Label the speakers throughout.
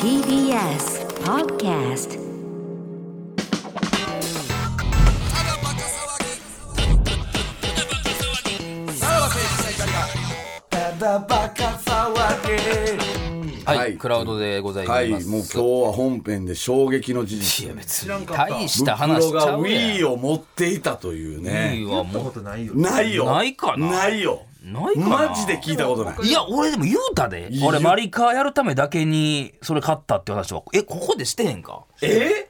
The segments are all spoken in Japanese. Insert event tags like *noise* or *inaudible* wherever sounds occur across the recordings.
Speaker 1: TBS Podcast
Speaker 2: はい、
Speaker 3: はい
Speaker 2: クラウドでございます。
Speaker 3: はい、もう今日は本編で衝撃の事
Speaker 2: い
Speaker 3: 実
Speaker 2: や。別に大した話
Speaker 3: 袋
Speaker 2: ちゃ
Speaker 3: が
Speaker 2: うやん。
Speaker 3: Wii を持っていたというね。
Speaker 2: Wii はもう
Speaker 3: ないよ。
Speaker 2: ないかな
Speaker 3: ないよ。
Speaker 2: ないかな
Speaker 3: マジで聞いたことない。
Speaker 2: いや、俺でも言うたで。
Speaker 3: 言う
Speaker 2: 俺、マリカーやるためだけに、それ買ったって話は、え、ここでしてへんか
Speaker 3: え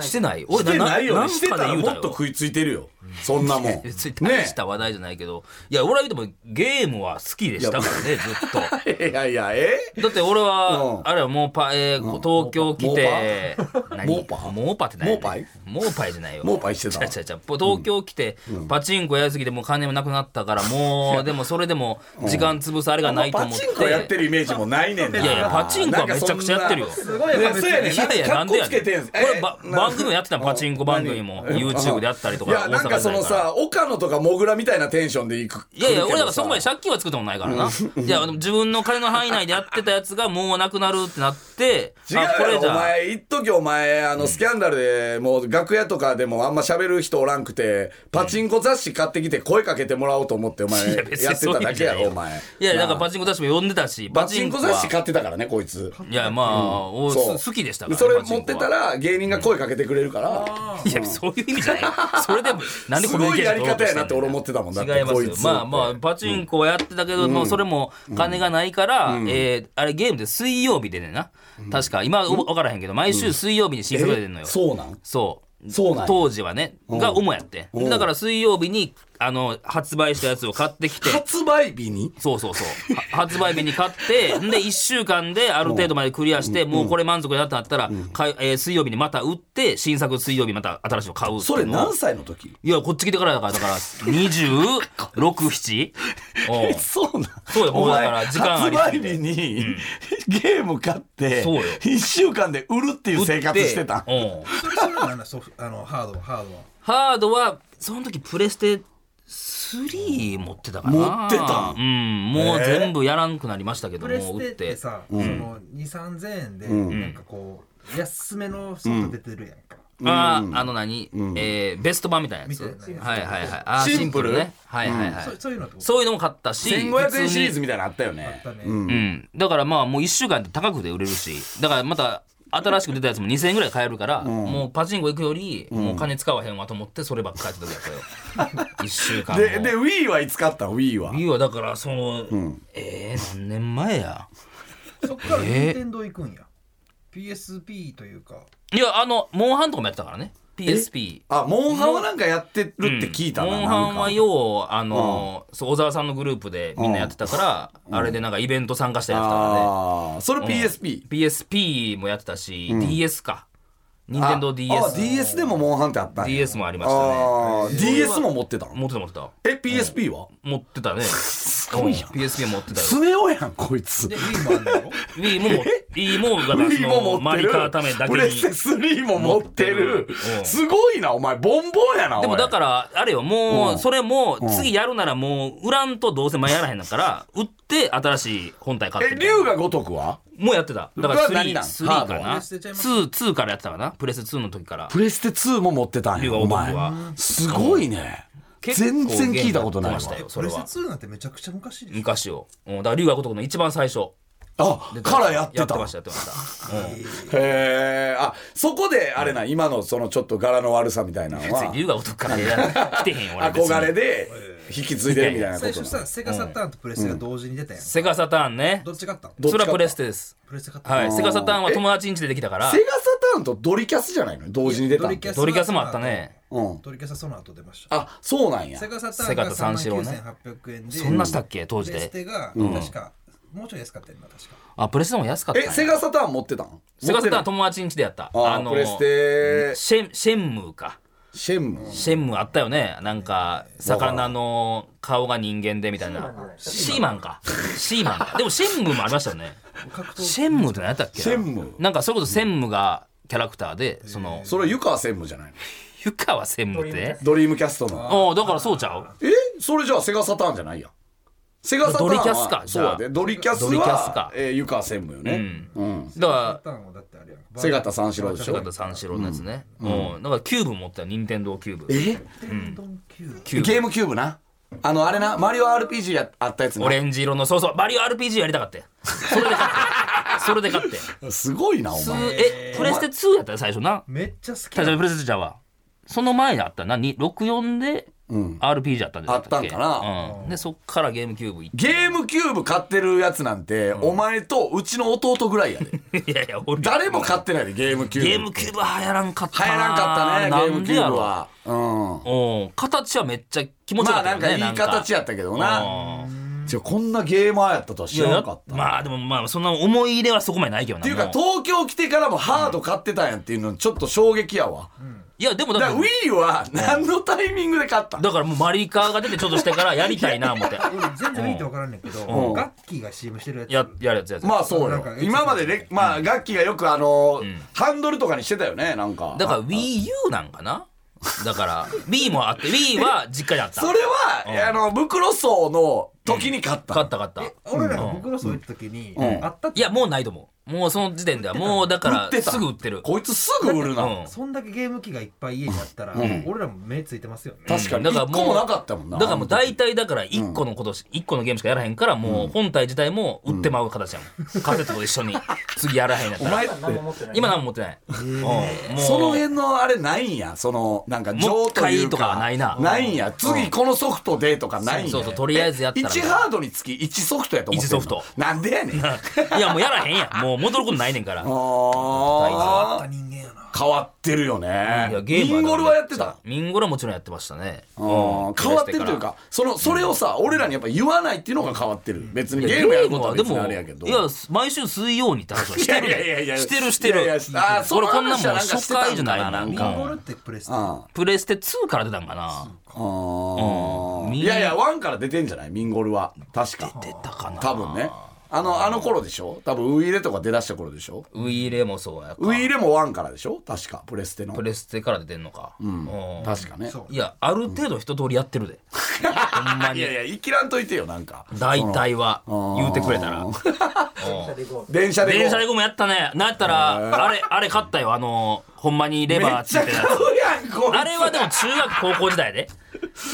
Speaker 2: してない
Speaker 3: し
Speaker 2: 俺
Speaker 3: てないよ
Speaker 2: な
Speaker 3: ね。してたら
Speaker 2: なんかで言うた
Speaker 3: もっと
Speaker 2: よ。
Speaker 3: 食いついてるよ。そんな
Speaker 2: *laughs*
Speaker 3: もん。ね
Speaker 2: 別に大した話題じゃないけど、いや、俺はでもゲームは好きでしたからね、ずっと。
Speaker 3: いやいや、え
Speaker 2: だって俺
Speaker 3: う
Speaker 2: は、
Speaker 3: ん
Speaker 2: あれはモーパイ、えー東京来て、何
Speaker 3: モーパ
Speaker 2: モーパって何やねん
Speaker 3: モーパイ
Speaker 2: モーパイじゃないよ。
Speaker 3: モーパイしてた
Speaker 2: 違う違う違う東京来て、パチンコやりすぎてもう金もなくなったから、もう、でもそれでも時間潰すあれがないと
Speaker 3: パ
Speaker 2: 思って。
Speaker 3: チンコやってるイメージもないねんな。
Speaker 2: いやいや、パチンコはめちゃくちゃやってるよ。
Speaker 3: すごいね、そうやね
Speaker 2: いやいや、なんでや
Speaker 3: んかっこつ
Speaker 2: ね
Speaker 3: け
Speaker 2: ん。こ
Speaker 3: てんす
Speaker 2: れ
Speaker 3: え
Speaker 2: ば番組もやってたのパチンコ番組も YouTube でやったりとか、
Speaker 3: いや、なんかその
Speaker 2: ら
Speaker 3: さ、岡野とかモグラみたいなテンションで行く。
Speaker 2: いやいや、俺だ
Speaker 3: だ
Speaker 2: からそこまで借金は作ったことないからな。
Speaker 3: *laughs*
Speaker 2: いや、でも自分の金の範囲内でやってたやつがもうなくなるってなって、
Speaker 3: 違う
Speaker 2: あこれ
Speaker 3: よ
Speaker 2: じ
Speaker 3: お
Speaker 2: ゃあ、
Speaker 3: 前一時お前あのスキャンダルでもう楽屋とかでもあんま喋る人おらんくてパチンコ雑誌買ってきて声かけてもらおうと思ってお前
Speaker 2: い
Speaker 3: やって
Speaker 2: 別にそうい
Speaker 3: た
Speaker 2: う意
Speaker 3: だ
Speaker 2: 味じ
Speaker 3: けや
Speaker 2: ゃない
Speaker 3: ろ
Speaker 2: よ
Speaker 3: お前
Speaker 2: いや、だから
Speaker 3: なあ
Speaker 2: パチンコ雑誌も呼んでたし、
Speaker 3: パチンコ
Speaker 2: は
Speaker 3: 雑誌買ってたからねこいつ
Speaker 2: いや、まあ、お
Speaker 3: そう
Speaker 2: す好きでしたからね。
Speaker 3: それ
Speaker 2: パチ
Speaker 3: 持
Speaker 2: ン
Speaker 3: っ
Speaker 2: コ
Speaker 3: て
Speaker 2: は
Speaker 3: た。ら芸人が声かけてくれるから
Speaker 2: いや、そういう意味じゃ
Speaker 3: *laughs*
Speaker 2: ない。それでも、なんですコミュ
Speaker 3: ご
Speaker 2: ニケ
Speaker 3: い
Speaker 2: ーショ
Speaker 3: や
Speaker 2: ン取ろうと
Speaker 3: り方
Speaker 2: してんねん
Speaker 3: やなって俺思ってたもんだっ
Speaker 2: 違
Speaker 3: て
Speaker 2: いま
Speaker 3: こ
Speaker 2: す
Speaker 3: い
Speaker 2: よ
Speaker 3: つ
Speaker 2: まあまあパチンコはやってたけど、もうそれも金がないから、えーあれゲームで水曜日でねな、確か今分からへんけど毎週水曜日に新作が出てんのよ、
Speaker 3: えそうなん
Speaker 2: そう
Speaker 3: そうなんや
Speaker 2: 当時はねが主やって
Speaker 3: うん
Speaker 2: だから水曜日にあの発売したやつを買って
Speaker 3: *laughs*
Speaker 2: きて
Speaker 3: 発売日に
Speaker 2: そうそうそうは発売日に買ってんで1週間である程度までクリアしてもうこれ満足だってなったら、かいえー水曜日にまた売って新作水曜日また新しいの買うっていうのを
Speaker 3: それ何歳の時
Speaker 2: いや、こっち来てからだから、だから、26、7? おう
Speaker 3: そうなん
Speaker 2: そうよ僕
Speaker 3: お前
Speaker 2: だから時間ありすぎ
Speaker 3: 発売
Speaker 2: て
Speaker 3: 日に、ゲーム買って
Speaker 2: そうよ
Speaker 3: 1週間で売るっていう生活してたん
Speaker 2: うん
Speaker 4: それなんだソフあのハードはハードは
Speaker 2: ハードは、その時プレステ3持ってたかな。
Speaker 3: 持ってた
Speaker 2: うん、もう全部やらんくなりましたけど、
Speaker 4: プレ
Speaker 2: も
Speaker 4: ス
Speaker 2: う
Speaker 4: テ
Speaker 2: 売
Speaker 4: っ
Speaker 2: ってて。
Speaker 4: さ、その2 3 0 0円でなんかこう安めのソフト出てるやんか、
Speaker 2: あー、あの何、えーベスト版みたいなやつ。は
Speaker 4: みたい
Speaker 2: い
Speaker 4: な
Speaker 2: はいはい。あー
Speaker 3: シンプル
Speaker 2: ね。はいはいはい。
Speaker 4: そそういうのってこと
Speaker 2: そういうのも買ったし、
Speaker 3: 1500円シリー
Speaker 2: ズ
Speaker 3: ズみたいなのあったよね
Speaker 4: だね、
Speaker 2: うん、だからまあもう1週間で高くで売れるしだからまた新しく出たやつも2000円ぐらい買えるから、もうパチンコ行くよりもう金使わへんわと思ってそればっかりやってた時だったよ1週間も
Speaker 3: でで Wii はいつ買ったの Wii は
Speaker 2: 理由はだからその、えー、何年前や
Speaker 4: そっから任天堂行くんや、PSP というか
Speaker 2: いやあのモンハンとかもやってたからね PSP
Speaker 3: あモンハンはなんかやってるって聞いたな
Speaker 2: モ
Speaker 3: な
Speaker 2: ン
Speaker 3: ん
Speaker 2: ハ
Speaker 3: か
Speaker 2: ンはようあの、そう小沢さんのグループでみんなやってたから、あれでなんかイベント参加したりやってたからね
Speaker 3: あーそれ PSP
Speaker 2: PSP もやってたし、DS か任
Speaker 3: あ
Speaker 2: 天堂 DS
Speaker 3: あ DS でもモンハンってあったんや
Speaker 2: DS もありましたね
Speaker 3: あー DS も持ってたの
Speaker 2: 持ってた持ってた
Speaker 3: え PSP は
Speaker 2: 持ってたね PSP 持ってたよ
Speaker 3: スネ夫やんこいつ
Speaker 4: で Wii もあるんだ
Speaker 2: *laughs*
Speaker 4: ろ
Speaker 2: Wii も持って Wii もだからそ
Speaker 3: Wii
Speaker 2: の
Speaker 3: も持っ
Speaker 2: マ
Speaker 3: て
Speaker 2: リ
Speaker 3: る
Speaker 2: カーためだけ
Speaker 3: プレ
Speaker 2: に
Speaker 3: ステ3も持ってる
Speaker 2: 持ってるうん
Speaker 3: すごいなお前ボンボンやなおい
Speaker 2: でもだからあれよも
Speaker 3: うん
Speaker 2: うそれも次やるならもう売らんとどうせ前やらへんだから売って新しい本体買って
Speaker 3: え
Speaker 2: みたいな
Speaker 3: 龍が如くは
Speaker 2: もうやってただか
Speaker 3: うわ
Speaker 2: ら
Speaker 3: 何なん
Speaker 2: 3
Speaker 3: ハー
Speaker 2: か
Speaker 3: ドは
Speaker 4: プ
Speaker 2: な
Speaker 4: レステちゃいます
Speaker 2: 2 2からやってたかなプレステ2の時から
Speaker 3: プレステ2も持ってたん
Speaker 2: 龍
Speaker 3: や
Speaker 2: が
Speaker 3: お
Speaker 2: 如く
Speaker 3: 前
Speaker 2: は
Speaker 3: すごいね
Speaker 2: 結構
Speaker 3: 全然聞いたことない
Speaker 2: ゲームやってま
Speaker 3: わ
Speaker 2: したよそ
Speaker 4: プ
Speaker 2: れ
Speaker 4: レステ
Speaker 2: は
Speaker 4: 2なんてめちゃくちゃ昔でしょ
Speaker 2: 昔をうんだから龍が如くの一番最初
Speaker 3: あ
Speaker 2: 出
Speaker 3: からやって
Speaker 2: やって
Speaker 3: た
Speaker 2: ましたやってま
Speaker 3: *laughs*
Speaker 2: したうん
Speaker 3: へえあそこであれな今のそのちょっと柄の悪さみたいなの
Speaker 2: 別に
Speaker 3: は
Speaker 2: 龍が如くから来てへんよ俺別に
Speaker 3: 憧れで引き継いでるみたいなこ
Speaker 4: 最
Speaker 3: と
Speaker 4: 初
Speaker 3: な
Speaker 4: さセガサターンとプレステが同時に出たやん、
Speaker 2: セガサターンね
Speaker 4: どっち勝ったの
Speaker 3: どっち
Speaker 2: そ
Speaker 3: か
Speaker 2: れはプレステです
Speaker 4: プレステ勝ったの
Speaker 2: はいセガサターンは友達ん家でできたから
Speaker 3: セガサターンとドリキャスじゃないの同時に出たの
Speaker 4: ドリキャス
Speaker 2: ドリキャスもあったね
Speaker 3: うん
Speaker 4: 取り消さその後出ました
Speaker 3: あそうなんや
Speaker 4: セガサターンが
Speaker 2: セガと三四郎ね
Speaker 4: 39,800円で
Speaker 2: そんなしたっけ当時で
Speaker 4: プレステが確かもうちょい安かったよな確か
Speaker 2: あプレステも安かった
Speaker 3: え
Speaker 2: ね
Speaker 3: セガサターン持ってたん
Speaker 2: セガサター
Speaker 3: 持
Speaker 2: ン
Speaker 3: って
Speaker 2: 友達ん家でやった
Speaker 3: ないあープレステ
Speaker 2: シェンシェンムーか
Speaker 3: シェンムー
Speaker 2: シェンムーあったよねなんか魚の顔が人間でみたいなシーマンかシーマン *laughs* かでもシェンムーもありましたよね
Speaker 4: 格闘
Speaker 2: シェンムーって何やったっけな
Speaker 3: シェンムー
Speaker 2: なんかそれこそ専務がキャラクターでその
Speaker 3: それは湯川専務じ
Speaker 2: *laughs*
Speaker 3: ゃないの
Speaker 2: 湯川専務って
Speaker 3: ドリームキャストの
Speaker 2: おうだからそうちゃう
Speaker 3: えそれじゃあセガサターンじゃないやセガサターンは
Speaker 2: ドリキャスかじ
Speaker 3: そ
Speaker 2: ゃ
Speaker 3: う
Speaker 2: あ
Speaker 3: やでドリキャスは
Speaker 2: ドリキャスか
Speaker 3: えー、湯川専務よね、うん
Speaker 2: だか
Speaker 4: ターンはだってあれやんか
Speaker 3: 瀬形三四郎で
Speaker 2: ら
Speaker 3: し
Speaker 2: 坂
Speaker 3: ょ
Speaker 2: 田三四郎のやつね、うんだからキューブ持ってた任天堂キューブ
Speaker 3: え
Speaker 4: 天丼キュー
Speaker 2: キューブ
Speaker 3: ゲームキューブなあのあれなマリオ RPG やあったやつな
Speaker 2: オレンジ色のそうそうマリオ RPG やりたかったよそれで買 *laughs* ってそれで買って
Speaker 3: すごいなお
Speaker 2: ツ
Speaker 3: 前
Speaker 2: ーえプレステ2やったよ最初な
Speaker 4: めっちゃ好き
Speaker 2: 最初のプレステじゃはその前にあったなに64で RPG あったんです
Speaker 3: あったんかな、
Speaker 2: うん、でそっからゲームキューブ行
Speaker 3: ゲームキューブ買ってるやつなんて、お前とうちの弟ぐらいや
Speaker 2: *laughs*
Speaker 3: で
Speaker 2: って
Speaker 3: *laughs*
Speaker 2: いやいや俺
Speaker 3: 誰も買ってないでゲームキューブ
Speaker 2: ゲームキューブは流行らんかった
Speaker 3: 流行らんかったね
Speaker 2: な
Speaker 3: ゲームキューブはうん
Speaker 2: なんでやろうん形はめっちゃ気持ちよ
Speaker 3: ま
Speaker 2: か
Speaker 3: あ
Speaker 2: った
Speaker 3: な
Speaker 2: よ
Speaker 3: ん
Speaker 2: ね
Speaker 3: かいい形やったけどなじゃあこんなゲーマーやったとは知
Speaker 2: うん
Speaker 3: らなかった
Speaker 2: いやまあでもまあそんな思い入れはそこまでないけどな
Speaker 3: っていう
Speaker 2: も
Speaker 3: か東京来てからもハード買ってたんやっていうのちょっと衝撃やわ、
Speaker 2: いやでもだ
Speaker 3: だ
Speaker 2: っ
Speaker 3: から
Speaker 2: て
Speaker 3: Wii は何のタイミングで買ったん
Speaker 2: だからもうマリカーが出てちょっとしてからやりたいな思って
Speaker 4: 俺全然見てわからんねんけど
Speaker 3: うん
Speaker 4: ガッキーが CM してるやつ
Speaker 2: ややるやつやるやつ、
Speaker 3: まあそう
Speaker 4: なん
Speaker 3: よ
Speaker 4: か
Speaker 3: 今までねまあ楽器がよくあのハンドルとかにしてたよねなんか
Speaker 2: だから WiiU なんかなだから Wii もあって Wii は実家にあった
Speaker 3: それはあの袋層の時に買った
Speaker 2: 買った買った
Speaker 4: 俺らが袋そう行った時に
Speaker 3: ん
Speaker 4: あったっ
Speaker 2: いやもうないと思うもうその時点ではもうだ
Speaker 3: 売っ
Speaker 2: か
Speaker 3: て
Speaker 2: ら
Speaker 3: た
Speaker 2: すぐ売ってる
Speaker 3: こいつすぐ売るな、
Speaker 2: うん
Speaker 4: そんだけゲーム機がいっぱい家にあったら俺らも目ついてますよね
Speaker 3: 確かに
Speaker 2: だから
Speaker 3: 1
Speaker 2: もう
Speaker 3: 個もなかったもんな
Speaker 2: だからもう大体だから1個のことし、一個のゲームしかやらへんからもう本体自体も売ってまう形やもん、カセットと一緒に次やらへんやった
Speaker 3: お
Speaker 2: ら
Speaker 3: 前って
Speaker 2: 今何も持ってない、うんもう
Speaker 3: その辺のあれないんやそのなんか
Speaker 2: もう
Speaker 3: 情
Speaker 2: 一
Speaker 3: と
Speaker 2: 回
Speaker 3: いうか
Speaker 2: とかはないな
Speaker 3: ないんや次このソフトでとかないんや
Speaker 2: そうそうとりあえずやったら
Speaker 3: 1ハードにつき1ソフトやと思ってんの
Speaker 2: 一ソフ
Speaker 3: なんで
Speaker 2: *laughs*
Speaker 3: やねんあ
Speaker 2: いやもうやらへんやんもう戻ることないねんから
Speaker 3: あ
Speaker 4: 人間やな
Speaker 3: 変わってるよね
Speaker 2: いやゲ
Speaker 3: ミ
Speaker 2: ーム
Speaker 3: ンゴルはやってた
Speaker 2: ミンゴルはもちろんやってましたね
Speaker 3: うん変わってるというかそのそれをさ俺らにやっぱ言わないっていうのが変わってる別にゲームやることは別にあれやけど
Speaker 2: いや毎週水曜にって話はしてる
Speaker 3: いやいやいやいや
Speaker 2: してるしてる
Speaker 3: いやいやあーその
Speaker 2: 俺こんなもん
Speaker 3: 話はなんかし
Speaker 2: 初
Speaker 3: てたんかな
Speaker 2: 回じゃないもん
Speaker 3: なん
Speaker 4: ミ
Speaker 3: か
Speaker 4: ンゴルってプレステ
Speaker 3: あ
Speaker 2: プレステ2から出たんかな
Speaker 3: あ
Speaker 2: うん
Speaker 3: いやいやワンから出てんじゃないミンゴルは確か
Speaker 2: 出たかな
Speaker 3: 多分ねあのあの頃でしょ多分ウイレとか出だした頃でしょ
Speaker 2: ウイイレもそうやか
Speaker 3: ウイレもワンからでしょ確かプレステの
Speaker 2: プレステから出てんのか、うん
Speaker 3: 確かね
Speaker 4: そう
Speaker 2: いやある程度一通りやってるで、ほんま
Speaker 3: い
Speaker 2: に
Speaker 3: やいやいきらんといてよなんか
Speaker 2: 大体は
Speaker 3: ん
Speaker 2: 言うてくれたらうん
Speaker 3: 電車でこう
Speaker 2: 電車でゴムやったねなんやったらあれあれ買ったよあのほんまにレ
Speaker 3: め
Speaker 2: バー
Speaker 3: っ
Speaker 2: つ
Speaker 3: ちゃ
Speaker 2: い
Speaker 3: 買
Speaker 2: て
Speaker 3: う
Speaker 2: るやつ
Speaker 3: やんこいつ
Speaker 2: あれはでも中学高校時代やで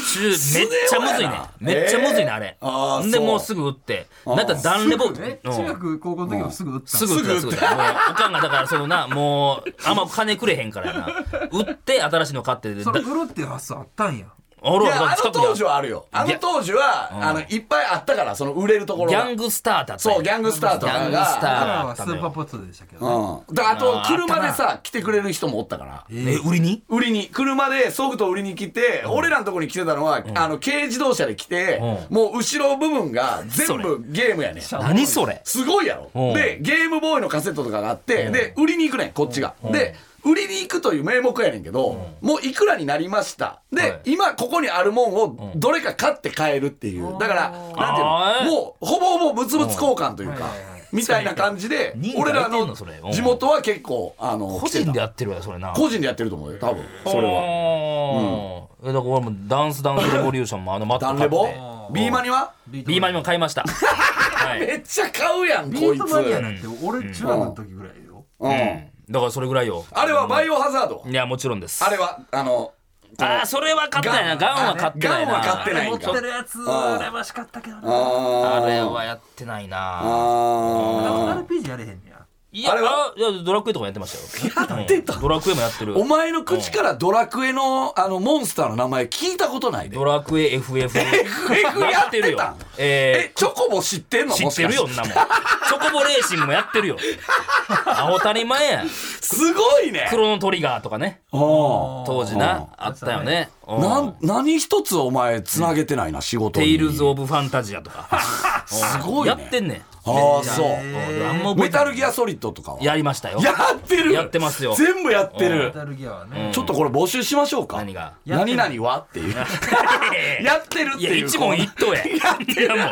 Speaker 2: 中めっ
Speaker 3: すね
Speaker 2: ちゃむずいね
Speaker 3: えー
Speaker 2: めっちゃむずいねあれ
Speaker 3: あー
Speaker 2: で
Speaker 3: そう
Speaker 2: もうすぐ打ってなんかダンレボ
Speaker 4: すぐね中学高校の時もすぐ打った
Speaker 2: すぐ打った
Speaker 3: す
Speaker 2: す
Speaker 3: ぐ
Speaker 2: ぐ
Speaker 3: 打
Speaker 2: 打
Speaker 3: っ
Speaker 2: ったたもうおかんがだからそのなもうあんま金くれへんからやな打って新しいの買ってで
Speaker 4: そ
Speaker 2: だ
Speaker 4: れ売ろうっていう発想あったんや
Speaker 2: あ
Speaker 3: い
Speaker 2: らだか
Speaker 3: や
Speaker 2: ら
Speaker 3: あ
Speaker 2: 近
Speaker 3: の
Speaker 2: くにあ
Speaker 3: 当
Speaker 2: る
Speaker 3: 時はあるよあの当時はあのいっぱいあったからその売れるところ
Speaker 2: ギ
Speaker 3: が
Speaker 2: ャングスターだった
Speaker 3: そうギャングスターとか
Speaker 2: ギャングスター
Speaker 3: が
Speaker 4: 俺らはスーパーポットでしたけどね
Speaker 3: うんだからあと車でさ来てくれる人もおったから
Speaker 2: え売りに
Speaker 3: 売りに車でソフトを売りに来て、俺らのとこに来てたのは、あの軽自動車で来て、
Speaker 2: う
Speaker 3: もう後ろ部分が全
Speaker 2: そ
Speaker 3: 部ゲームやねん
Speaker 2: 何それ
Speaker 3: すごいやろ、
Speaker 2: うん
Speaker 3: でゲームボーイのカセットとかがあって、で売りに行くねんこっちが、で売りに行くという名目やねんけど、もういくらになりましたで、
Speaker 2: はい
Speaker 3: 今ここにあるもんをどれか買って買えるっていう、だからなん
Speaker 2: あ
Speaker 3: て
Speaker 2: ー
Speaker 3: いうのもうほぼほぼ物々交換というか、
Speaker 4: はいはいはい
Speaker 3: みたいな感じで
Speaker 2: 人数
Speaker 3: 俺ら
Speaker 2: 空いてん
Speaker 3: の
Speaker 2: のそれうん
Speaker 3: 地元は結構あの
Speaker 2: 個
Speaker 3: 来て
Speaker 2: 人
Speaker 3: た
Speaker 2: でやってるわそれな
Speaker 3: 個人でやってると思うよ多分それは。
Speaker 2: はだから俺もダンスダンスレボリューションもあのマット
Speaker 3: ダ
Speaker 2: 買っ
Speaker 3: ンレ
Speaker 2: て
Speaker 3: ボビーマニは
Speaker 4: ビ
Speaker 2: ビーマニ
Speaker 4: マ
Speaker 2: も買い
Speaker 3: *laughs*
Speaker 2: ましたはい
Speaker 3: めっちゃ買うやん
Speaker 4: ビ
Speaker 3: こい
Speaker 4: ー
Speaker 3: つ
Speaker 4: トマニアなんて俺中学の時ぐらいよ
Speaker 3: うん
Speaker 2: だからそれぐらいよ
Speaker 3: あれはバイオハザード
Speaker 2: いやもちろんです
Speaker 3: あれはあの
Speaker 2: あーそれは買ったやなガンは買ってないな
Speaker 3: ガンは買ってない
Speaker 4: 持
Speaker 3: ん
Speaker 4: っ
Speaker 3: か
Speaker 4: てるやつ羨ましかったけどね
Speaker 3: あ
Speaker 2: あれはやってないな
Speaker 3: あ
Speaker 4: RPG やれへんねや
Speaker 2: いや
Speaker 3: あれはい
Speaker 2: やドラクエとかやってましたよ
Speaker 3: やってた
Speaker 2: うんドラクエもやってる
Speaker 3: お前の口からドラクエのあのモンスターの名前聞いたことないで
Speaker 2: ドラクエ
Speaker 3: *laughs*
Speaker 2: FF
Speaker 3: FF やってた
Speaker 2: やってるよ
Speaker 3: え
Speaker 2: え
Speaker 3: チョコボ知ってんの
Speaker 2: ー知ってるよ
Speaker 3: も
Speaker 2: ん
Speaker 3: し
Speaker 2: なもんチョコボレーシングもやってるよあおたり前や
Speaker 3: かしてすごいね
Speaker 2: クロノトリガーとかね
Speaker 3: うん
Speaker 2: 当時なあったよねうん
Speaker 3: なん何一つお前つなげてないな仕事に
Speaker 2: テイルズ・オブ・ファンタジアとか
Speaker 3: すごい
Speaker 2: や
Speaker 3: ね
Speaker 2: ってんねん
Speaker 3: ああ
Speaker 2: うん
Speaker 3: そ
Speaker 2: あんま覚
Speaker 3: う
Speaker 2: え
Speaker 3: メ
Speaker 2: てな
Speaker 3: タ
Speaker 2: い
Speaker 3: ルギアソリッドとかは
Speaker 2: やりましたよ *laughs*
Speaker 3: やってる
Speaker 2: やってますよ
Speaker 3: 全部やっ
Speaker 4: メ
Speaker 3: てる
Speaker 4: タルギアはね
Speaker 3: ちょっとこれ募集しましょうか
Speaker 2: 何が
Speaker 3: 何々はっていう *laughs* やってるっ
Speaker 2: い
Speaker 3: て
Speaker 2: や
Speaker 3: いう
Speaker 2: 一問一答や
Speaker 3: やって
Speaker 2: いやも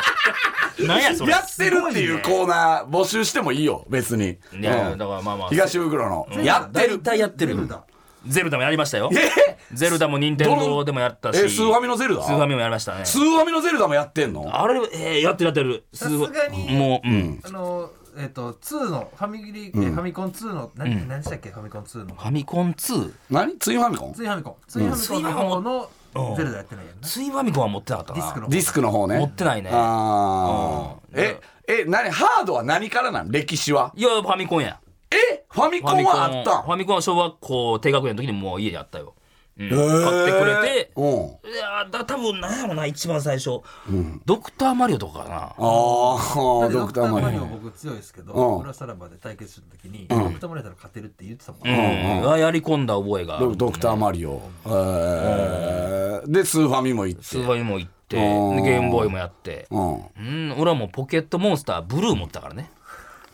Speaker 2: うなんやそれ
Speaker 3: やってるっていうコーナー募集してもいいよ別に
Speaker 2: いや
Speaker 3: うん
Speaker 2: だからまあまあ
Speaker 3: 東袋のやってる
Speaker 2: 大体やってるよ
Speaker 4: だ
Speaker 2: ゼルダもやりましたよ
Speaker 3: え
Speaker 2: ゼルダも任天堂でもやったし
Speaker 3: えスーファミのゼルダ
Speaker 2: スーファミもやりましたね
Speaker 3: スーファミのゼルダもやってんの
Speaker 2: あれ、えー、やってるやってる
Speaker 4: さ
Speaker 2: ス
Speaker 4: す
Speaker 2: ーファ
Speaker 4: がに
Speaker 2: もううん
Speaker 4: あのえっと2のファミリー、えファミコン2の何、ん、何でしたっけファミコン2の
Speaker 2: ファミコン2
Speaker 3: 何ツインファミコン
Speaker 4: ツイファミコンツイファミコンの方のゼルダやってないやんな
Speaker 2: ツイファミコンは持ってなかった
Speaker 4: ディスク
Speaker 2: な
Speaker 4: の
Speaker 3: ディスクの方ね
Speaker 2: 持ってないね
Speaker 3: ああ
Speaker 2: うん
Speaker 3: ええ何ハードは何からなの歴史はい
Speaker 2: やファミコンや
Speaker 3: えファミコンはあった
Speaker 2: ファミコンは小学校低学年の時にもう家であったよ、うん
Speaker 3: ん
Speaker 2: 買ってくれて
Speaker 3: うん
Speaker 2: いやだ多分なんやろな一番最初、ドクターマリオとかかな
Speaker 3: ああ
Speaker 4: ド
Speaker 3: ド
Speaker 4: ク
Speaker 3: ク
Speaker 4: ター
Speaker 3: ター
Speaker 4: マ
Speaker 3: マ
Speaker 4: リ
Speaker 3: リ
Speaker 4: オ
Speaker 3: オ
Speaker 4: 僕強いですけど、
Speaker 3: うん
Speaker 4: 俺はさらばで対決した時に、ドクターマリオだったら勝てるって言ってたもん、
Speaker 2: うんうわやり込んだ覚えが
Speaker 3: ドドクターマリオえーでスーファミも行っ
Speaker 2: スー
Speaker 3: て
Speaker 2: ファミも行ってゲ
Speaker 3: うん
Speaker 2: ームボーイもやって
Speaker 3: うん
Speaker 2: うん俺はもうポケットモンスターブルー持ったからね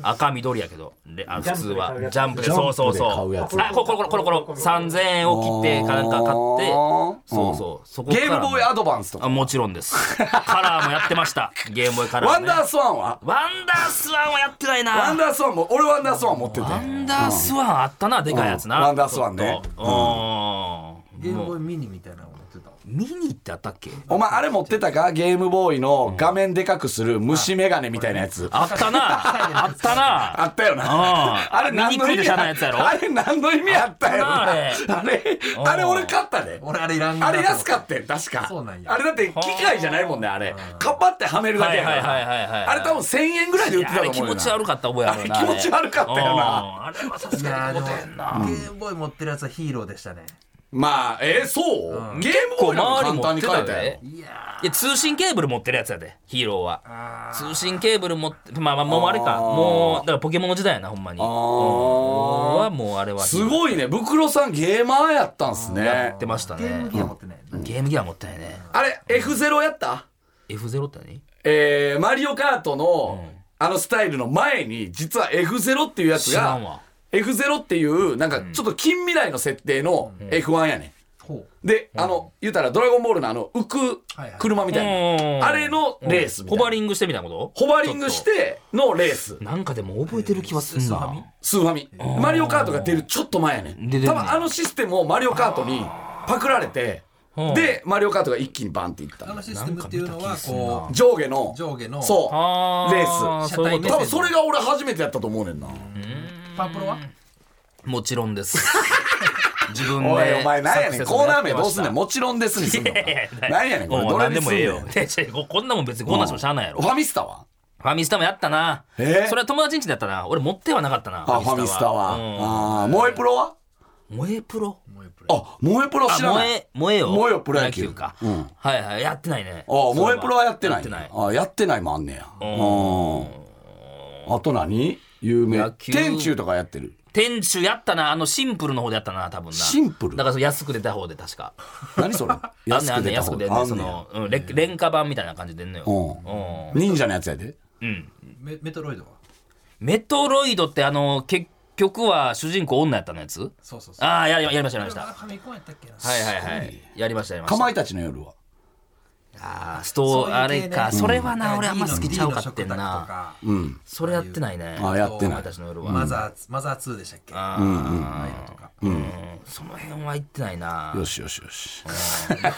Speaker 2: 赤緑やけどであの普通はジャンプで
Speaker 3: ジャンプで
Speaker 2: そうそうそう
Speaker 3: 買うやつ
Speaker 2: あこれこれこれこれこれ3000円を切ってかなんか買って
Speaker 3: あー
Speaker 2: そうそうそこか
Speaker 3: ゲ
Speaker 2: ら
Speaker 3: ームボーイアドバンスと
Speaker 2: あ
Speaker 3: か
Speaker 2: もちろんです
Speaker 3: *laughs*
Speaker 2: カラーもやってましたゲームボーイカラー、
Speaker 3: ワ
Speaker 2: ね、
Speaker 3: ンダースワンは
Speaker 2: ワンダースワンはやってないな
Speaker 3: ワンダースワンも俺ワンダースワン持ってて
Speaker 2: ワンダースワンあったな、でかいやつな。
Speaker 3: うんワンダースワンね
Speaker 2: ちょっとうん
Speaker 4: ゲームボ
Speaker 2: も
Speaker 4: ー
Speaker 2: う
Speaker 4: イミニみたいなのを持ってたわ
Speaker 2: ミニってあったっけ
Speaker 3: お前あれ持ってたかゲームボーイの画面でかくする虫眼鏡みたいなやつ
Speaker 2: あった
Speaker 3: *laughs*
Speaker 2: な。あったな。
Speaker 3: あったよ
Speaker 2: あ
Speaker 3: な。
Speaker 2: あ
Speaker 3: あれ何の意
Speaker 2: 醜いで
Speaker 3: 味
Speaker 2: しゃあ
Speaker 3: あ
Speaker 2: ないやつやろ
Speaker 3: あれ何の意味あったよな。
Speaker 2: あれ
Speaker 3: あれ、
Speaker 2: ん
Speaker 3: あれ俺買ったで。
Speaker 4: 俺あれいらんな
Speaker 3: あれ安かったよ、確か。
Speaker 4: そうなんや
Speaker 3: あれだって機械じゃないもんね、あれ。カパってはめるだけやか
Speaker 2: はいはいはいはいはい
Speaker 3: ら。あれ多分1000円ぐらいで売ってた
Speaker 2: あ
Speaker 3: と
Speaker 2: れ
Speaker 3: 思う
Speaker 2: 気
Speaker 3: よな。
Speaker 2: 持ち悪かった覚えあるな。
Speaker 3: あれ気持ち悪かったよな
Speaker 2: うん。あれはさす
Speaker 4: いや
Speaker 2: が
Speaker 4: ーで
Speaker 2: に持
Speaker 4: も
Speaker 2: てんな。
Speaker 4: ゲームボーイ持ってるやつはヒーローでしたね
Speaker 3: まあ、えー、そうゲームボーイなんか簡単に買えたよ。
Speaker 4: いや
Speaker 2: いや通信ケーブル持ってるやつやでヒーローは
Speaker 4: あ
Speaker 2: 通信ケーブル持ってまあまあもうあれかもうだからポケモンの時代やなほんまに
Speaker 3: あー
Speaker 2: うんはもうあれは
Speaker 3: すごいね、ブクロさんゲーマーやったんすね
Speaker 2: やっ。てました
Speaker 4: ーゲーム
Speaker 2: ね
Speaker 4: ギア持ってないな、
Speaker 2: ゲームギア持ってないね
Speaker 3: あれ、F0 やった
Speaker 2: F0 って何
Speaker 3: えー、マリオカートの、あのスタイルの前に、実は F0 っていうやつ
Speaker 2: 知らんわ
Speaker 3: が、F0 っていう、なんかちょっと近未来の設定の F1 やね
Speaker 4: ほ
Speaker 3: ん。で、あの、言うたらドラゴンボールのあの、浮く車みたい
Speaker 2: うん
Speaker 3: な。あれのレースみた
Speaker 2: ホ
Speaker 3: いな
Speaker 2: バリングしてみたいなこと
Speaker 3: ホバリングしてのレース。
Speaker 2: なんかでも覚えてる気はすんな
Speaker 3: スーファミ。マリオカートが出るちょっと前やね
Speaker 2: 出てん
Speaker 3: ん。
Speaker 2: ねん
Speaker 3: 多分あのシステムをマリオカートにパクられて
Speaker 2: うん、
Speaker 3: で、マリオカートが一気にバンっていっ
Speaker 4: うあの
Speaker 3: た。
Speaker 4: システムっていうのは
Speaker 2: な
Speaker 4: こう
Speaker 3: 上下の、
Speaker 4: 上下の
Speaker 3: そう、
Speaker 2: あー
Speaker 3: レース。
Speaker 2: そう
Speaker 4: 車体
Speaker 2: いうこ
Speaker 3: 多
Speaker 4: ね
Speaker 3: 分それが俺初めてやったと思うねんな。
Speaker 4: パープロは
Speaker 2: ともちろんです
Speaker 3: *laughs*
Speaker 2: 自分で
Speaker 3: おいお前なんやねんコーナー名どうすんねん
Speaker 2: も
Speaker 3: もちろんですにすんのかなんやねんこれどれ
Speaker 2: 何
Speaker 3: に
Speaker 2: です
Speaker 3: ん
Speaker 2: もええ
Speaker 3: ね
Speaker 2: よ
Speaker 3: ん
Speaker 2: こんなもん別にコーナーしてもしゃあないやろ
Speaker 3: フ
Speaker 2: フ
Speaker 3: ァミスタは
Speaker 2: ァミスタもやったなそ
Speaker 3: え
Speaker 2: れは友達んちだったな俺持ってはなかったな
Speaker 3: あファミスタはあー萌えプロは
Speaker 2: うん萌えプロ
Speaker 4: もうプロ
Speaker 3: あ萌えプロ
Speaker 2: あ
Speaker 3: 知ら
Speaker 2: 萌
Speaker 3: ない
Speaker 2: え萌えよ
Speaker 3: 萌えよプロ野球
Speaker 2: か
Speaker 3: うん
Speaker 2: はいはいやってないね
Speaker 3: あ萌えプロはやってな
Speaker 2: やってない
Speaker 3: いあやってないもあんねやうんあと何有名
Speaker 2: 野球
Speaker 3: 天中とかやってる
Speaker 2: 天中やったなあのシンプルの方でやったな多分な
Speaker 3: シンプル
Speaker 2: だからその安く出た方で確か *laughs*
Speaker 3: 何それ
Speaker 2: 安く出た方
Speaker 3: 方
Speaker 2: で
Speaker 3: あ
Speaker 2: ね
Speaker 3: ん
Speaker 2: そ
Speaker 3: ねや
Speaker 2: の、うん、れ廉価版みたいな感じでんのよ、
Speaker 3: うん忍者のやつやで
Speaker 4: メメトロイドは
Speaker 2: メトロイドってあの結局は主人公女やったのやつ
Speaker 4: そうそうそう
Speaker 2: ああやややりましたやりま
Speaker 4: フ
Speaker 2: したは
Speaker 4: ァミコンやったっけない
Speaker 2: はいはいやりましたやりました
Speaker 3: かまいたちの夜は
Speaker 2: あーストーあれか、それはな、俺あんま好きちゃうかってんな
Speaker 4: うん
Speaker 2: それやってないね
Speaker 3: あやってない
Speaker 2: 私の夜は、
Speaker 4: マザー2マザー2でしたっけあ
Speaker 2: あ
Speaker 4: あいうのとか
Speaker 2: ーその辺は行ってないな
Speaker 3: よしよしよし
Speaker 2: うんよしでも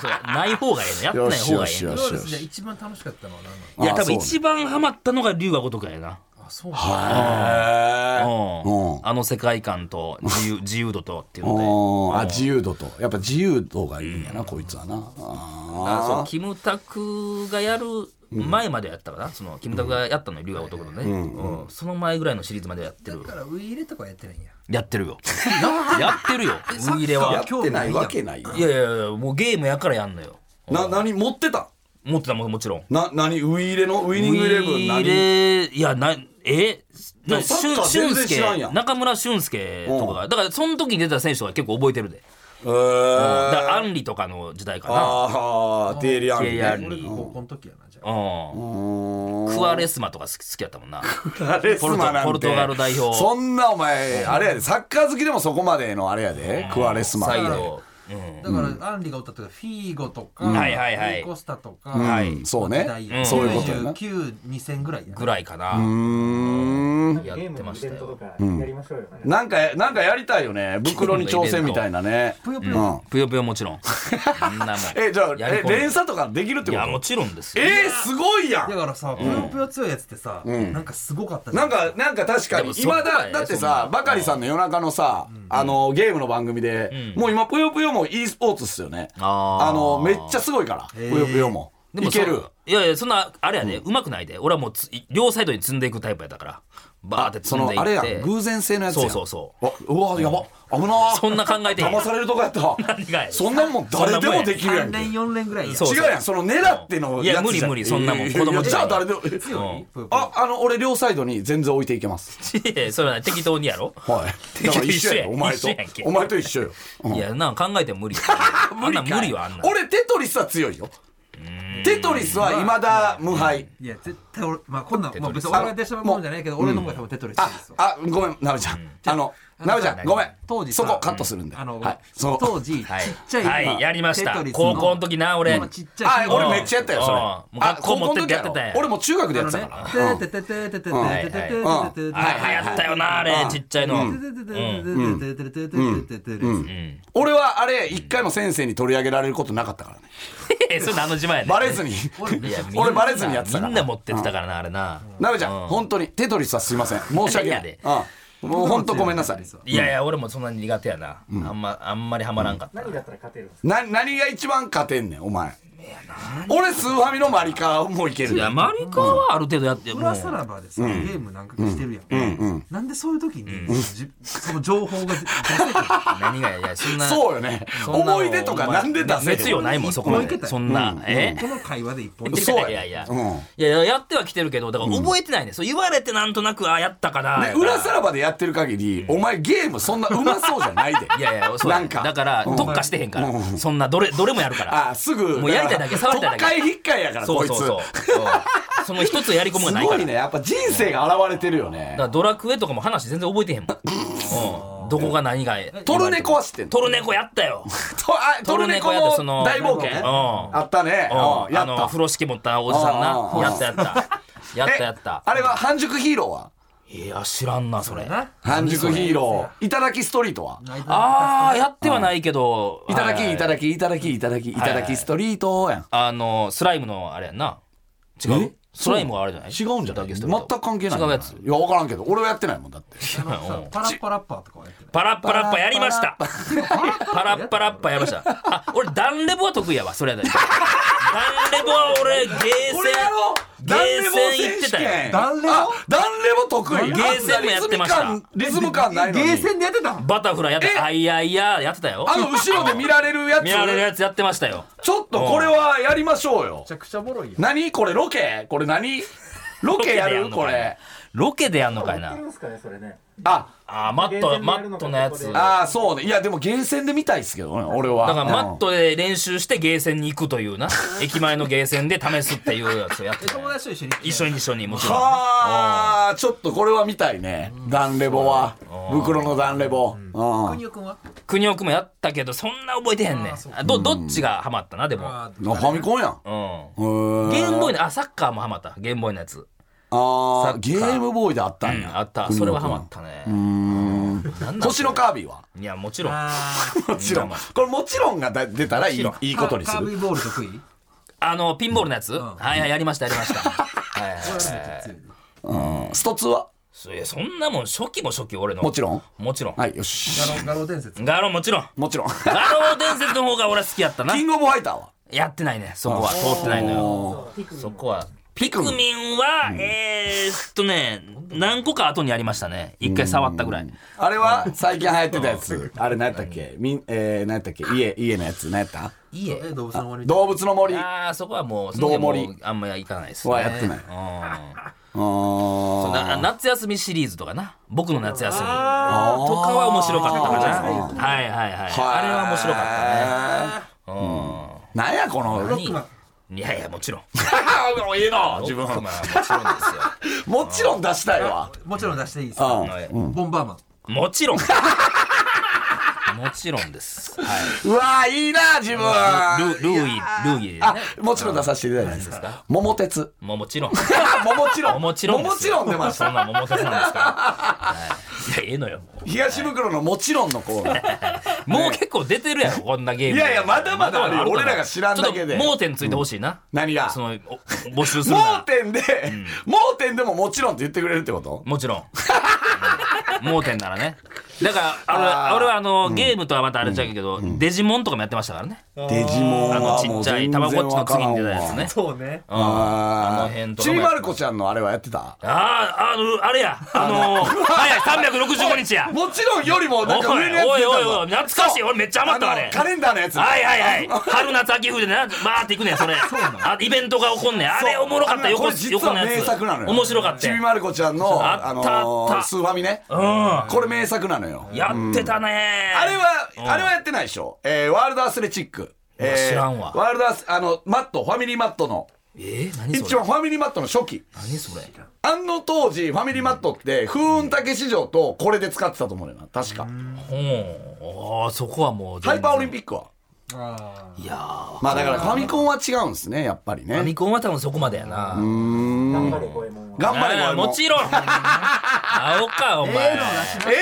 Speaker 2: それない方がええのやってない方がええの
Speaker 4: プ
Speaker 3: よ
Speaker 4: ロ
Speaker 3: し
Speaker 4: レ
Speaker 3: よ
Speaker 4: ス
Speaker 3: し
Speaker 4: で一番楽しかったのは何なの
Speaker 2: いや
Speaker 3: あ
Speaker 2: 多
Speaker 3: そう
Speaker 2: 分
Speaker 3: ね
Speaker 2: 一番ハマったのが龍が如くやな
Speaker 4: あそうなんだ
Speaker 3: へー
Speaker 2: うん
Speaker 3: うん
Speaker 2: あの世界観と自由自由度とっていうので。
Speaker 3: おーあ自由度とやっぱ自由度がいいんやな、こいつはな
Speaker 2: あそう
Speaker 3: あ
Speaker 2: キムタクがやる前までやったかな、そのキムタクがやったのよ龍が男のね、うんその前ぐらいのシリーズまでやってる
Speaker 4: だからウイイレとかやってないんや
Speaker 2: やってるよ *laughs* やって
Speaker 3: *laughs*
Speaker 2: るよウイイレ
Speaker 3: あや
Speaker 2: は
Speaker 3: ってないわけないやん
Speaker 2: いやいやいやもうゲームやからやんのよ
Speaker 3: な何持ってた
Speaker 2: 持ってたもんもちろん
Speaker 3: な何ウイイレのウイニングイレブン
Speaker 2: ウイ
Speaker 3: 何
Speaker 2: レいやなえな
Speaker 3: もサッ
Speaker 2: 俊
Speaker 3: カー全然知らんや
Speaker 2: 介
Speaker 3: ん
Speaker 2: 中村俊介とかがだからその時に出た選手とか結構覚えてるで、
Speaker 3: えー、
Speaker 2: だからアンリとかの時代かな
Speaker 3: ああテエリアン
Speaker 2: テリアン
Speaker 3: ね
Speaker 2: リ
Speaker 4: 俺が高校の時やなじゃあ
Speaker 2: う
Speaker 3: うんーん
Speaker 2: クアレスマとか好き好きやったもんな。
Speaker 3: カレスマなんて
Speaker 2: ポルトポルトガル代表
Speaker 3: そんなお前あれやでサッカー好きでもそこまでのあれやでクアレスマ
Speaker 2: サイド。うん
Speaker 4: だからアンリがおったとかフィーゴとか
Speaker 2: はいはいはい
Speaker 4: フィーコスタとか
Speaker 3: うん
Speaker 2: はい
Speaker 3: そうね、
Speaker 2: うん
Speaker 3: そういうことやな
Speaker 4: 9 2 0ぐらいや
Speaker 2: ぐらいかな。
Speaker 3: うーん
Speaker 2: やって
Speaker 1: ームのイベントとかやりましょうよ。
Speaker 3: なんか、なんかやりたいよね。袋に挑戦みたいなね。
Speaker 4: ぷよぷ
Speaker 3: う
Speaker 4: よ
Speaker 3: ん。
Speaker 2: ぷよぷよもちろん。みんなもう
Speaker 3: *laughs* え、じゃあ、
Speaker 2: やり
Speaker 3: え
Speaker 2: 込、んで
Speaker 3: 連鎖とかできるって
Speaker 2: い
Speaker 3: こ
Speaker 2: や、も
Speaker 3: と
Speaker 2: ちろんですよ。
Speaker 3: えー、すごいや
Speaker 4: だ
Speaker 3: ん
Speaker 4: からさぷよぷよ強いやつってさなんかすごかったじゃ
Speaker 3: なんか、なんか確か
Speaker 2: で
Speaker 3: に、
Speaker 2: もそんな
Speaker 3: 今
Speaker 2: ことな
Speaker 3: だ、
Speaker 2: い
Speaker 3: だって
Speaker 2: そんな
Speaker 3: さ、バカリさんの夜中のさ、あの、ゲームの番組で、もう今、ぷよぷよも e スポーツっすよね。
Speaker 2: あー
Speaker 3: あの、めっちゃすごいから、ぷよぷよも。
Speaker 2: でも
Speaker 3: い
Speaker 2: そ
Speaker 3: ける。
Speaker 2: いやいや、そんな、あれやで、うまくないで。俺はもうつ、両サイドに積んでいくタイプやったから。バーって積
Speaker 3: そ
Speaker 2: ん
Speaker 3: の
Speaker 2: でいって。
Speaker 3: あれやん偶然性のやつやん
Speaker 2: そうそう
Speaker 3: うわやば危 *laughs* なー
Speaker 2: そんな考えてへん
Speaker 3: 騙されるとこやったわ
Speaker 2: 何がや
Speaker 3: そんなもん誰でもできるやん
Speaker 4: 3
Speaker 3: け
Speaker 4: 連
Speaker 3: 違
Speaker 4: 4連ぐらいやん
Speaker 2: そう
Speaker 3: やんその狙ってのやつじゃん
Speaker 2: いや無理無理そんなもん
Speaker 3: いや
Speaker 2: 子供
Speaker 3: いや
Speaker 2: 時
Speaker 3: じゃ
Speaker 2: 代
Speaker 3: あ
Speaker 2: は
Speaker 3: 誰でもえ
Speaker 4: 強いぷよぷよ
Speaker 3: ああの俺両サイドに全然置いていけます
Speaker 2: いやそれは適当にやろ。 *laughs*
Speaker 3: はいだから一緒やんお前と
Speaker 2: 一緒やんけ
Speaker 3: お前と一緒ようん
Speaker 2: いや、なんか考えても無理。あんなん無理はあんなん。
Speaker 3: 俺テトリスは強いよテトリスはいまだ無敗
Speaker 4: いや絶対俺まあこんなんもう別に俺が出しゃばるもんじゃないけど俺の方が多分テトリス
Speaker 3: あ
Speaker 4: ですよ
Speaker 3: あごめんなべちゃんあのなべちゃんごめん
Speaker 4: 当時さ
Speaker 3: そこカットするんで
Speaker 4: あの、
Speaker 3: はいその
Speaker 4: 当時、
Speaker 2: はい
Speaker 4: ちっちゃい、
Speaker 2: はい、やりまし
Speaker 4: テ
Speaker 2: た
Speaker 4: トリ。ス
Speaker 2: 高校の時な、俺。
Speaker 4: まあちっちゃ
Speaker 3: あ
Speaker 4: い
Speaker 2: うん
Speaker 3: 俺めっちゃやったよそれ
Speaker 2: うんもう学校持ってってやってたんや
Speaker 3: あ高校の時ろ俺もう中学で
Speaker 4: あ
Speaker 3: や
Speaker 4: の
Speaker 3: ってた
Speaker 4: ね
Speaker 3: から、
Speaker 4: てててててててててててて
Speaker 3: うん
Speaker 2: あ、流行ったよな、あれ、ちっちゃいの。
Speaker 4: ててててて
Speaker 3: 俺はあれ一回も先生に取り上げられることなかったからね
Speaker 2: え、 *laughs* それ何の自慢やねん
Speaker 3: バレずに
Speaker 2: いやみんな
Speaker 3: *laughs* 俺バレずにやってたか
Speaker 2: みんな
Speaker 3: ら
Speaker 2: 持ってってたからな、あれな。
Speaker 3: なべちゃん本当にテトリスはすいません申し訳ない
Speaker 2: やで
Speaker 3: うんもう本当ごめんなさい
Speaker 2: いやいや、俺もそんなに苦手やな。あんま、あんまりハマらんかった。
Speaker 1: 何だったら勝てるんですか
Speaker 3: な何が一番勝てんねんお前俺スーファミのマリカもいける
Speaker 2: いや、マリカはある程度やって、も
Speaker 4: 裏さらばでさ、ゲームなんかしてるやん。なんでそういう時に、じその情報が出せ
Speaker 2: 何が、いや、そんな。
Speaker 3: そうよね思い出とかなんで出せへん
Speaker 2: 熱量ないもん、そこま
Speaker 4: もういけ
Speaker 2: で。
Speaker 4: たよ
Speaker 2: そんな、え
Speaker 4: この会話で一本で。
Speaker 3: そうや
Speaker 2: いやいやいや、
Speaker 3: うん
Speaker 2: いやいややってはきてるけどだから覚えてないね、そう言われてなんとなくあやったかな
Speaker 3: で
Speaker 2: やから
Speaker 3: 裏さらばでやってる限りお前ゲームそんなうまそうじゃないで
Speaker 2: *laughs* いやいやそうや
Speaker 3: なんか
Speaker 2: だから特化してへんから、そんなどれどれもやるから
Speaker 3: あすぐ
Speaker 2: もうやりたいだけ触りたいだけ
Speaker 3: 特会引っかいやから
Speaker 2: そ
Speaker 3: こ
Speaker 2: う
Speaker 3: い
Speaker 2: そ
Speaker 3: つ
Speaker 2: う
Speaker 3: す
Speaker 2: そうそうその一つやり込むがないか
Speaker 3: ご
Speaker 2: ら
Speaker 3: いねやっぱ人生が現れてるよね
Speaker 2: だからドラクエとかも話全然覚えてへんもん、うん、どこが何が
Speaker 3: トルネコは知ってんの
Speaker 2: トルネコやったよ
Speaker 3: とあ *laughs* トルネコの大冒険
Speaker 2: うん
Speaker 3: あったね。うんや
Speaker 2: あ
Speaker 3: っ
Speaker 2: の
Speaker 3: た。
Speaker 2: 風呂敷持ったおじさん
Speaker 3: うんうんう
Speaker 2: なんやったやったやったやっ
Speaker 3: *laughs* え
Speaker 2: た
Speaker 3: あれは半熟ヒーローはい
Speaker 2: や知らんなそれ
Speaker 4: な。
Speaker 3: 半熟ヒーロー。いただきストリートは
Speaker 2: ああやってはないけど
Speaker 3: いただき、いた
Speaker 2: だき
Speaker 3: だき、いただき、いただき、い
Speaker 2: はい
Speaker 3: ただきストリートやん。
Speaker 2: あのスライムのあれやんな違うスライムはあれじゃない
Speaker 3: 違うんじゃ
Speaker 2: だ
Speaker 3: ない
Speaker 2: け
Speaker 3: 全
Speaker 2: スト
Speaker 3: く
Speaker 2: リート
Speaker 3: 関係ない。
Speaker 2: 違うやつ *laughs*
Speaker 3: いや、わからんけど、俺はやってないもんだって。
Speaker 2: うん
Speaker 4: パラッパラッパーとかはやって
Speaker 2: パラッパラッパやりましたパラッパラッパやりましたあ俺ダンレボは得意やわそれやだダンレボは俺ゲー
Speaker 3: これやろ
Speaker 2: セン
Speaker 3: ダン
Speaker 2: ゲーセ
Speaker 3: レボ
Speaker 2: ン行
Speaker 3: 選
Speaker 2: っ
Speaker 3: 手
Speaker 2: てた
Speaker 3: 権
Speaker 2: よ
Speaker 4: ダンレボ
Speaker 3: あダンレボ得意
Speaker 2: ゲーセンもやってました
Speaker 3: あんなリズム感リズム感ない
Speaker 4: ゲ
Speaker 3: のに
Speaker 4: ーセンでやってた
Speaker 2: バタフライやって
Speaker 3: え
Speaker 2: あいやいややってたよ
Speaker 3: あの後ろで見られるやつ
Speaker 2: 見られるやつやってましたよ
Speaker 3: ちょっとこれはやりましょうよ
Speaker 4: ちゃくちゃおもろいや
Speaker 3: 何これロケこれ何ロケやる
Speaker 2: んの
Speaker 3: こ
Speaker 2: かいな
Speaker 3: れ
Speaker 2: ロケでやんのかい
Speaker 1: 勝
Speaker 2: な
Speaker 1: てるんですかね、それね。
Speaker 3: あ
Speaker 2: あーマットマットのやつだか
Speaker 3: ああそうねいやでもゲーセンで見たいっすけどね俺は
Speaker 2: らマ
Speaker 3: うん
Speaker 2: ットで練習してゲーセンに行くという
Speaker 3: *laughs*
Speaker 2: な駅前のゲーセンで試すっていうやつをやってたよ
Speaker 4: 友達と一緒に。
Speaker 2: 一緒に一緒にもちろん
Speaker 3: はあちょっとこれは見たいねダンレボは袋のダンレボうん
Speaker 4: 国尾くんは
Speaker 2: 国奥もやったけどそんな覚えてへんねん
Speaker 4: あーそう
Speaker 2: あどどっちがハマったなでも
Speaker 4: あ
Speaker 3: ファミコンやん
Speaker 2: うん
Speaker 3: へ
Speaker 2: ゲームボーイ
Speaker 3: イ
Speaker 2: のあサッカーもハマったゲームボーイのやつサ
Speaker 3: あ
Speaker 2: ッカ
Speaker 3: あ
Speaker 2: ー
Speaker 3: ゲームボーイであった
Speaker 2: うんん
Speaker 3: や
Speaker 2: あったそれはハマったねなんなん
Speaker 3: 星のカービィはい
Speaker 2: やもちろん
Speaker 4: あ
Speaker 3: もちろん
Speaker 2: まあ
Speaker 3: これもちろんが出出たらいい
Speaker 2: もちろん
Speaker 3: いいことにす
Speaker 4: カービ
Speaker 3: る
Speaker 4: ーボール得意
Speaker 2: あのピンボールのやつ
Speaker 4: ん
Speaker 2: はいはいやりましたやりま
Speaker 3: *laughs*
Speaker 2: したはいはいはい
Speaker 3: うんストツーは
Speaker 2: そいやそんなもん初期も初期俺の
Speaker 3: もちろん
Speaker 2: もちろん
Speaker 3: はいよし
Speaker 4: ガロガロ伝説。
Speaker 2: ガロもちろん
Speaker 3: もちろん *laughs*
Speaker 2: ガロ伝説の方が俺は好きやったな
Speaker 3: キングオブファイターは
Speaker 2: やってないねそこは通ってないのよ
Speaker 1: ピクミン
Speaker 2: そこは。
Speaker 3: ピ
Speaker 2: ピ
Speaker 3: ク
Speaker 2: ク
Speaker 3: ミン
Speaker 2: ミンは、えーっとね、何個か後にやりましたね。一回触ったぐらい。
Speaker 3: あれは最近流行ってたやつあれ何やったっけみんえー何やったっけ家家のやつ何やった
Speaker 2: いえ。
Speaker 4: え、動物の森。
Speaker 3: 動物の森あ
Speaker 2: ああ、そこはもう、そ
Speaker 3: どう
Speaker 2: こ
Speaker 3: も
Speaker 2: も
Speaker 3: り
Speaker 2: あんまり行かないです、ね。
Speaker 3: はやってない
Speaker 2: うんな
Speaker 3: ー
Speaker 2: あ夏休みシリーズとかな。僕の夏休み。とかは面白かったかな。はいはいはい。あれは面白かっ
Speaker 3: か
Speaker 2: たね。
Speaker 3: ったね。なんやこの。
Speaker 2: うん。にいやいや、も *laughs* ちろん。
Speaker 3: もういいな自分。
Speaker 2: まあ、もちろんですよ。
Speaker 3: もちろん出したいわ。
Speaker 4: もちろん出していいです
Speaker 3: う
Speaker 4: か
Speaker 3: ん。
Speaker 2: はい *laughs*
Speaker 4: ボンバーマン。
Speaker 2: もちろん。もちろんです。は
Speaker 3: うわーいいな自分
Speaker 2: い。ルルーイルーイでね
Speaker 3: あ。もちろん出させていただいていいですか桃鉄 *laughs*
Speaker 2: もうもちろん。 *laughs*
Speaker 3: ももちろん
Speaker 2: もちろんですよ。
Speaker 3: もちろん出ました
Speaker 2: そんな桃鉄なんです
Speaker 3: *laughs*
Speaker 2: から。はい。いやええのよ。も
Speaker 3: 東袋のもちろんのコーナー
Speaker 2: うもう結構出てるやろこんなゲーム。
Speaker 3: いやいやまだまだあるよ
Speaker 2: ま
Speaker 3: 俺らが知らんだけ
Speaker 2: ちょ
Speaker 3: で
Speaker 2: っと盲点ついてほしいな。
Speaker 3: 何が
Speaker 2: そのお募集するなら
Speaker 3: 盲点で、盲点でももちろんって言ってくれるってこと
Speaker 2: もちろん。うん盲点ならね。だ
Speaker 3: *laughs*
Speaker 2: から俺は、俺はあの、ゲームとはまたあれちゃうけど、デジモンとかもやってましたからね。
Speaker 3: デジモン
Speaker 2: あの
Speaker 3: は
Speaker 2: ち
Speaker 3: も
Speaker 2: っ
Speaker 3: う
Speaker 2: ちゃい
Speaker 3: 全
Speaker 2: た
Speaker 3: 然
Speaker 2: まご
Speaker 3: わ
Speaker 2: っちの次に出たや
Speaker 3: からん
Speaker 2: つ
Speaker 3: わ
Speaker 2: ね。
Speaker 1: そうね。
Speaker 2: うんあ
Speaker 3: あ
Speaker 2: の辺
Speaker 3: ー
Speaker 2: と
Speaker 3: ち
Speaker 2: かも
Speaker 3: び
Speaker 2: やって
Speaker 3: まる子ちゃんのあれはやってた
Speaker 2: あー、あの、あれや。あ
Speaker 3: *laughs*
Speaker 2: のー、はい、365日や。
Speaker 3: もちろんよりもなんか
Speaker 2: おい
Speaker 3: 上のやつ出た
Speaker 2: おいお
Speaker 3: ぞ
Speaker 2: いおい懐かしい。俺めっちゃ余ったわあ
Speaker 3: あ
Speaker 2: れ
Speaker 3: の。カレンダーのやつ
Speaker 2: はいはいはい。 *laughs* 春夏秋冬でな、バーっていくねん、それ。あイベントが起こんねん。あれ
Speaker 3: そう
Speaker 2: おもろかった、
Speaker 3: あのこ
Speaker 2: 横
Speaker 3: れ実は
Speaker 2: 横のや
Speaker 3: 名作なの
Speaker 2: つ。
Speaker 3: よ
Speaker 2: 面白かっ
Speaker 3: ち
Speaker 2: た
Speaker 3: び
Speaker 2: よ。
Speaker 3: まる子ちゃんの
Speaker 2: あった
Speaker 3: あの
Speaker 2: あっ
Speaker 3: ー
Speaker 2: た
Speaker 3: スーファミね
Speaker 2: う
Speaker 3: これ名作なのよ
Speaker 2: ん。やってたね
Speaker 3: あれは、
Speaker 2: うん
Speaker 3: あれはやってないでしょ。えーワールドアスレチック。えー
Speaker 2: 知らんわ
Speaker 3: ワールドアス、あの、マット、ファミリーマットの、
Speaker 2: えー何そ
Speaker 3: 一
Speaker 2: れ
Speaker 3: 番ファミリーマットの初期。
Speaker 2: 何それ
Speaker 3: あの当時、ファミリーマットって、風雲竹市場とこれで使ってたと思うよな。確か。
Speaker 2: ほうあーそこはもう全
Speaker 3: ハ
Speaker 2: 然
Speaker 3: イパーオリンピックは。
Speaker 4: あ
Speaker 2: いやー
Speaker 3: まあだからファミコンは違うんですね、やっぱり
Speaker 2: ファ
Speaker 3: ね
Speaker 2: ミ。コンは多分そこまでやな
Speaker 1: 頑張れ、ゴエモンは。
Speaker 3: 頑張れ、
Speaker 2: あ
Speaker 3: ゴエ
Speaker 2: ー
Speaker 3: モン
Speaker 2: もちろ
Speaker 3: *laughs*
Speaker 2: んあおかお前
Speaker 3: え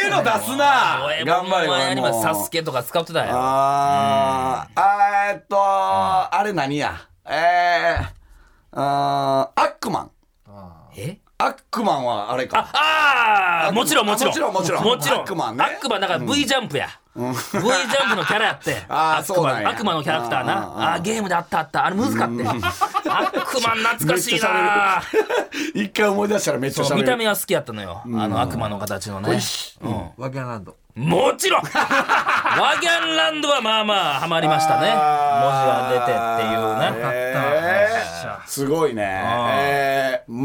Speaker 3: えの出すな
Speaker 2: え
Speaker 3: 頑張れ、
Speaker 2: 前に
Speaker 3: ゴエ
Speaker 2: は
Speaker 3: モン
Speaker 2: サスケとか使ってたよ
Speaker 3: あー、あーえっと、あれ何やえー、あーアックマン。
Speaker 2: え
Speaker 3: アックマンはあれか。
Speaker 2: あ
Speaker 3: あ
Speaker 2: あもちろん
Speaker 3: あ
Speaker 2: もちろん
Speaker 3: もちろんもちろん
Speaker 2: もちろん
Speaker 3: 悪魔ね
Speaker 2: 悪魔だから V ジャンプや V ジャンプのキャラやって
Speaker 3: *laughs* あー
Speaker 2: 悪
Speaker 3: そう
Speaker 2: 魔
Speaker 3: なんや
Speaker 2: 悪魔のキャラクター
Speaker 3: あ
Speaker 2: なあーゲームであったあったあれ難かったよ悪魔懐かしいな
Speaker 3: *laughs* 一回思い出したらめっちゃ
Speaker 2: そ
Speaker 3: 喋
Speaker 2: う
Speaker 3: る。
Speaker 2: 見た目は好きやったのよあの悪魔の形のね
Speaker 4: あワギャランド
Speaker 2: もちろんワギャンランドはまあまあハマりましたね文字は出てっていうね
Speaker 3: えーすごいね。えー、うー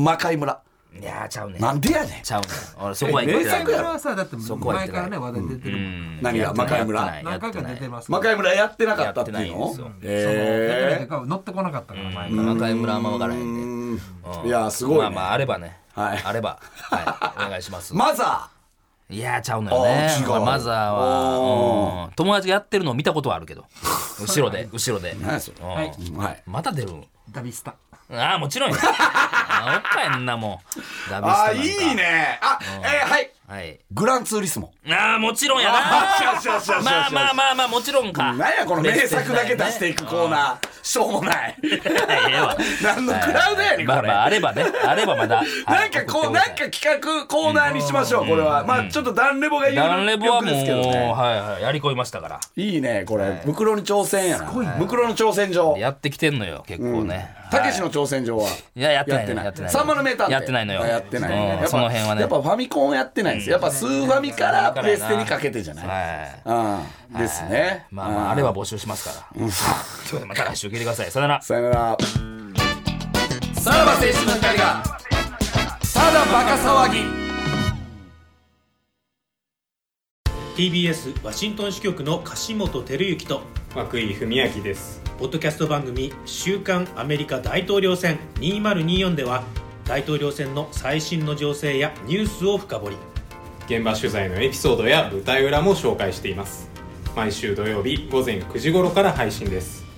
Speaker 3: ん、魔界村。
Speaker 2: いやーちゃうね
Speaker 3: なんでやねん。
Speaker 2: ちゃうね俺そこは行って
Speaker 3: 名
Speaker 2: ない
Speaker 3: 作
Speaker 4: こ
Speaker 3: や
Speaker 4: れ
Speaker 3: ろ
Speaker 4: はさだって
Speaker 2: こは言っ
Speaker 4: 前
Speaker 2: て
Speaker 4: か
Speaker 2: な
Speaker 4: ら
Speaker 2: い
Speaker 4: ね話題出てるもん
Speaker 3: 何が魔界
Speaker 2: やってない
Speaker 3: 村。
Speaker 2: や
Speaker 4: 何
Speaker 2: って
Speaker 4: 回か
Speaker 2: な
Speaker 4: 出
Speaker 2: い
Speaker 4: てます
Speaker 3: 魔界村やってなかったっていう
Speaker 2: やっ
Speaker 3: の
Speaker 2: てないんですよ
Speaker 4: やってな
Speaker 3: え
Speaker 4: いというか乗ってこなかったから前から
Speaker 2: 魔界村あんま分からへんね
Speaker 3: ーうん
Speaker 2: うん
Speaker 3: いやー、すごい、ね。
Speaker 2: まあまああればね、
Speaker 3: はい
Speaker 2: あれば、はい、お願いし
Speaker 3: *laughs*
Speaker 2: ます、
Speaker 3: マザ
Speaker 2: いやーちゃうのよね
Speaker 3: あー違う
Speaker 2: まあマザーはうん友達がやってるのを見たことはあるけど後
Speaker 3: *laughs*
Speaker 2: ろで後ろで
Speaker 3: ー。何やそれ。
Speaker 2: うん
Speaker 4: はい
Speaker 3: はい。
Speaker 2: また出るん
Speaker 4: ダビスタ
Speaker 2: ああもち
Speaker 3: *laughs*
Speaker 2: ろんよあーおっぱいんなもんダビスタ
Speaker 3: あ
Speaker 2: なん
Speaker 3: ー、
Speaker 2: か
Speaker 3: いいね。あ、えー、はい。
Speaker 2: はい
Speaker 3: グランツーリスモ。
Speaker 2: ああもちろんやな
Speaker 3: あよしよしよしよし
Speaker 2: まあまあまあまあもちろんか
Speaker 3: 何やこの名作だけ出してい
Speaker 2: く
Speaker 3: くコーナー。しょうもない。
Speaker 2: ええわ
Speaker 3: 何のクラウドやねん、こ
Speaker 2: まあ
Speaker 3: れ
Speaker 2: ま。ああればねあればまだ
Speaker 3: なんかこう、なんか企画コーナーにしましょう、これは。まあちょっとダンレボが言
Speaker 2: ダンレ
Speaker 3: う
Speaker 2: ボは
Speaker 3: 曲
Speaker 2: もう、
Speaker 3: ですけどね。
Speaker 2: はいはいやりこいましたから
Speaker 3: いいね、これ。袋に挑戦やな。袋の挑戦状。
Speaker 2: やってきてんのよ結構ね、
Speaker 3: たけしの挑戦状は。
Speaker 2: いや、やって
Speaker 3: や
Speaker 2: な
Speaker 3: っ
Speaker 2: い
Speaker 3: て
Speaker 2: の
Speaker 3: な
Speaker 2: や
Speaker 3: い
Speaker 2: ってな。い。
Speaker 3: サンマの名探偵。
Speaker 2: やってないのよ。
Speaker 3: やってない。
Speaker 2: うん
Speaker 3: やっぱ
Speaker 2: その辺はね。
Speaker 3: やっぱファミコンやってないんですよ。やっぱスーファミからプレステにかけてじゃない。
Speaker 2: はい。
Speaker 3: うん。ですね。
Speaker 2: まあまあ、あれは募集しますから。 *laughs* ちょっとまた来週聞いてください。さよなら。
Speaker 3: さよなら。さらば青春の光が、ただバカ騒ぎ。
Speaker 5: TBS ワシントン支局の樫本照之と
Speaker 6: 涌井文明です
Speaker 5: ポッドキャスト番組「週刊アメリカ大統領選2024」では大統領選の最新の情勢やニュースを深掘り
Speaker 6: 現場取材のエピソードや舞台裏も紹介しています毎週土曜日午前9時頃から配信です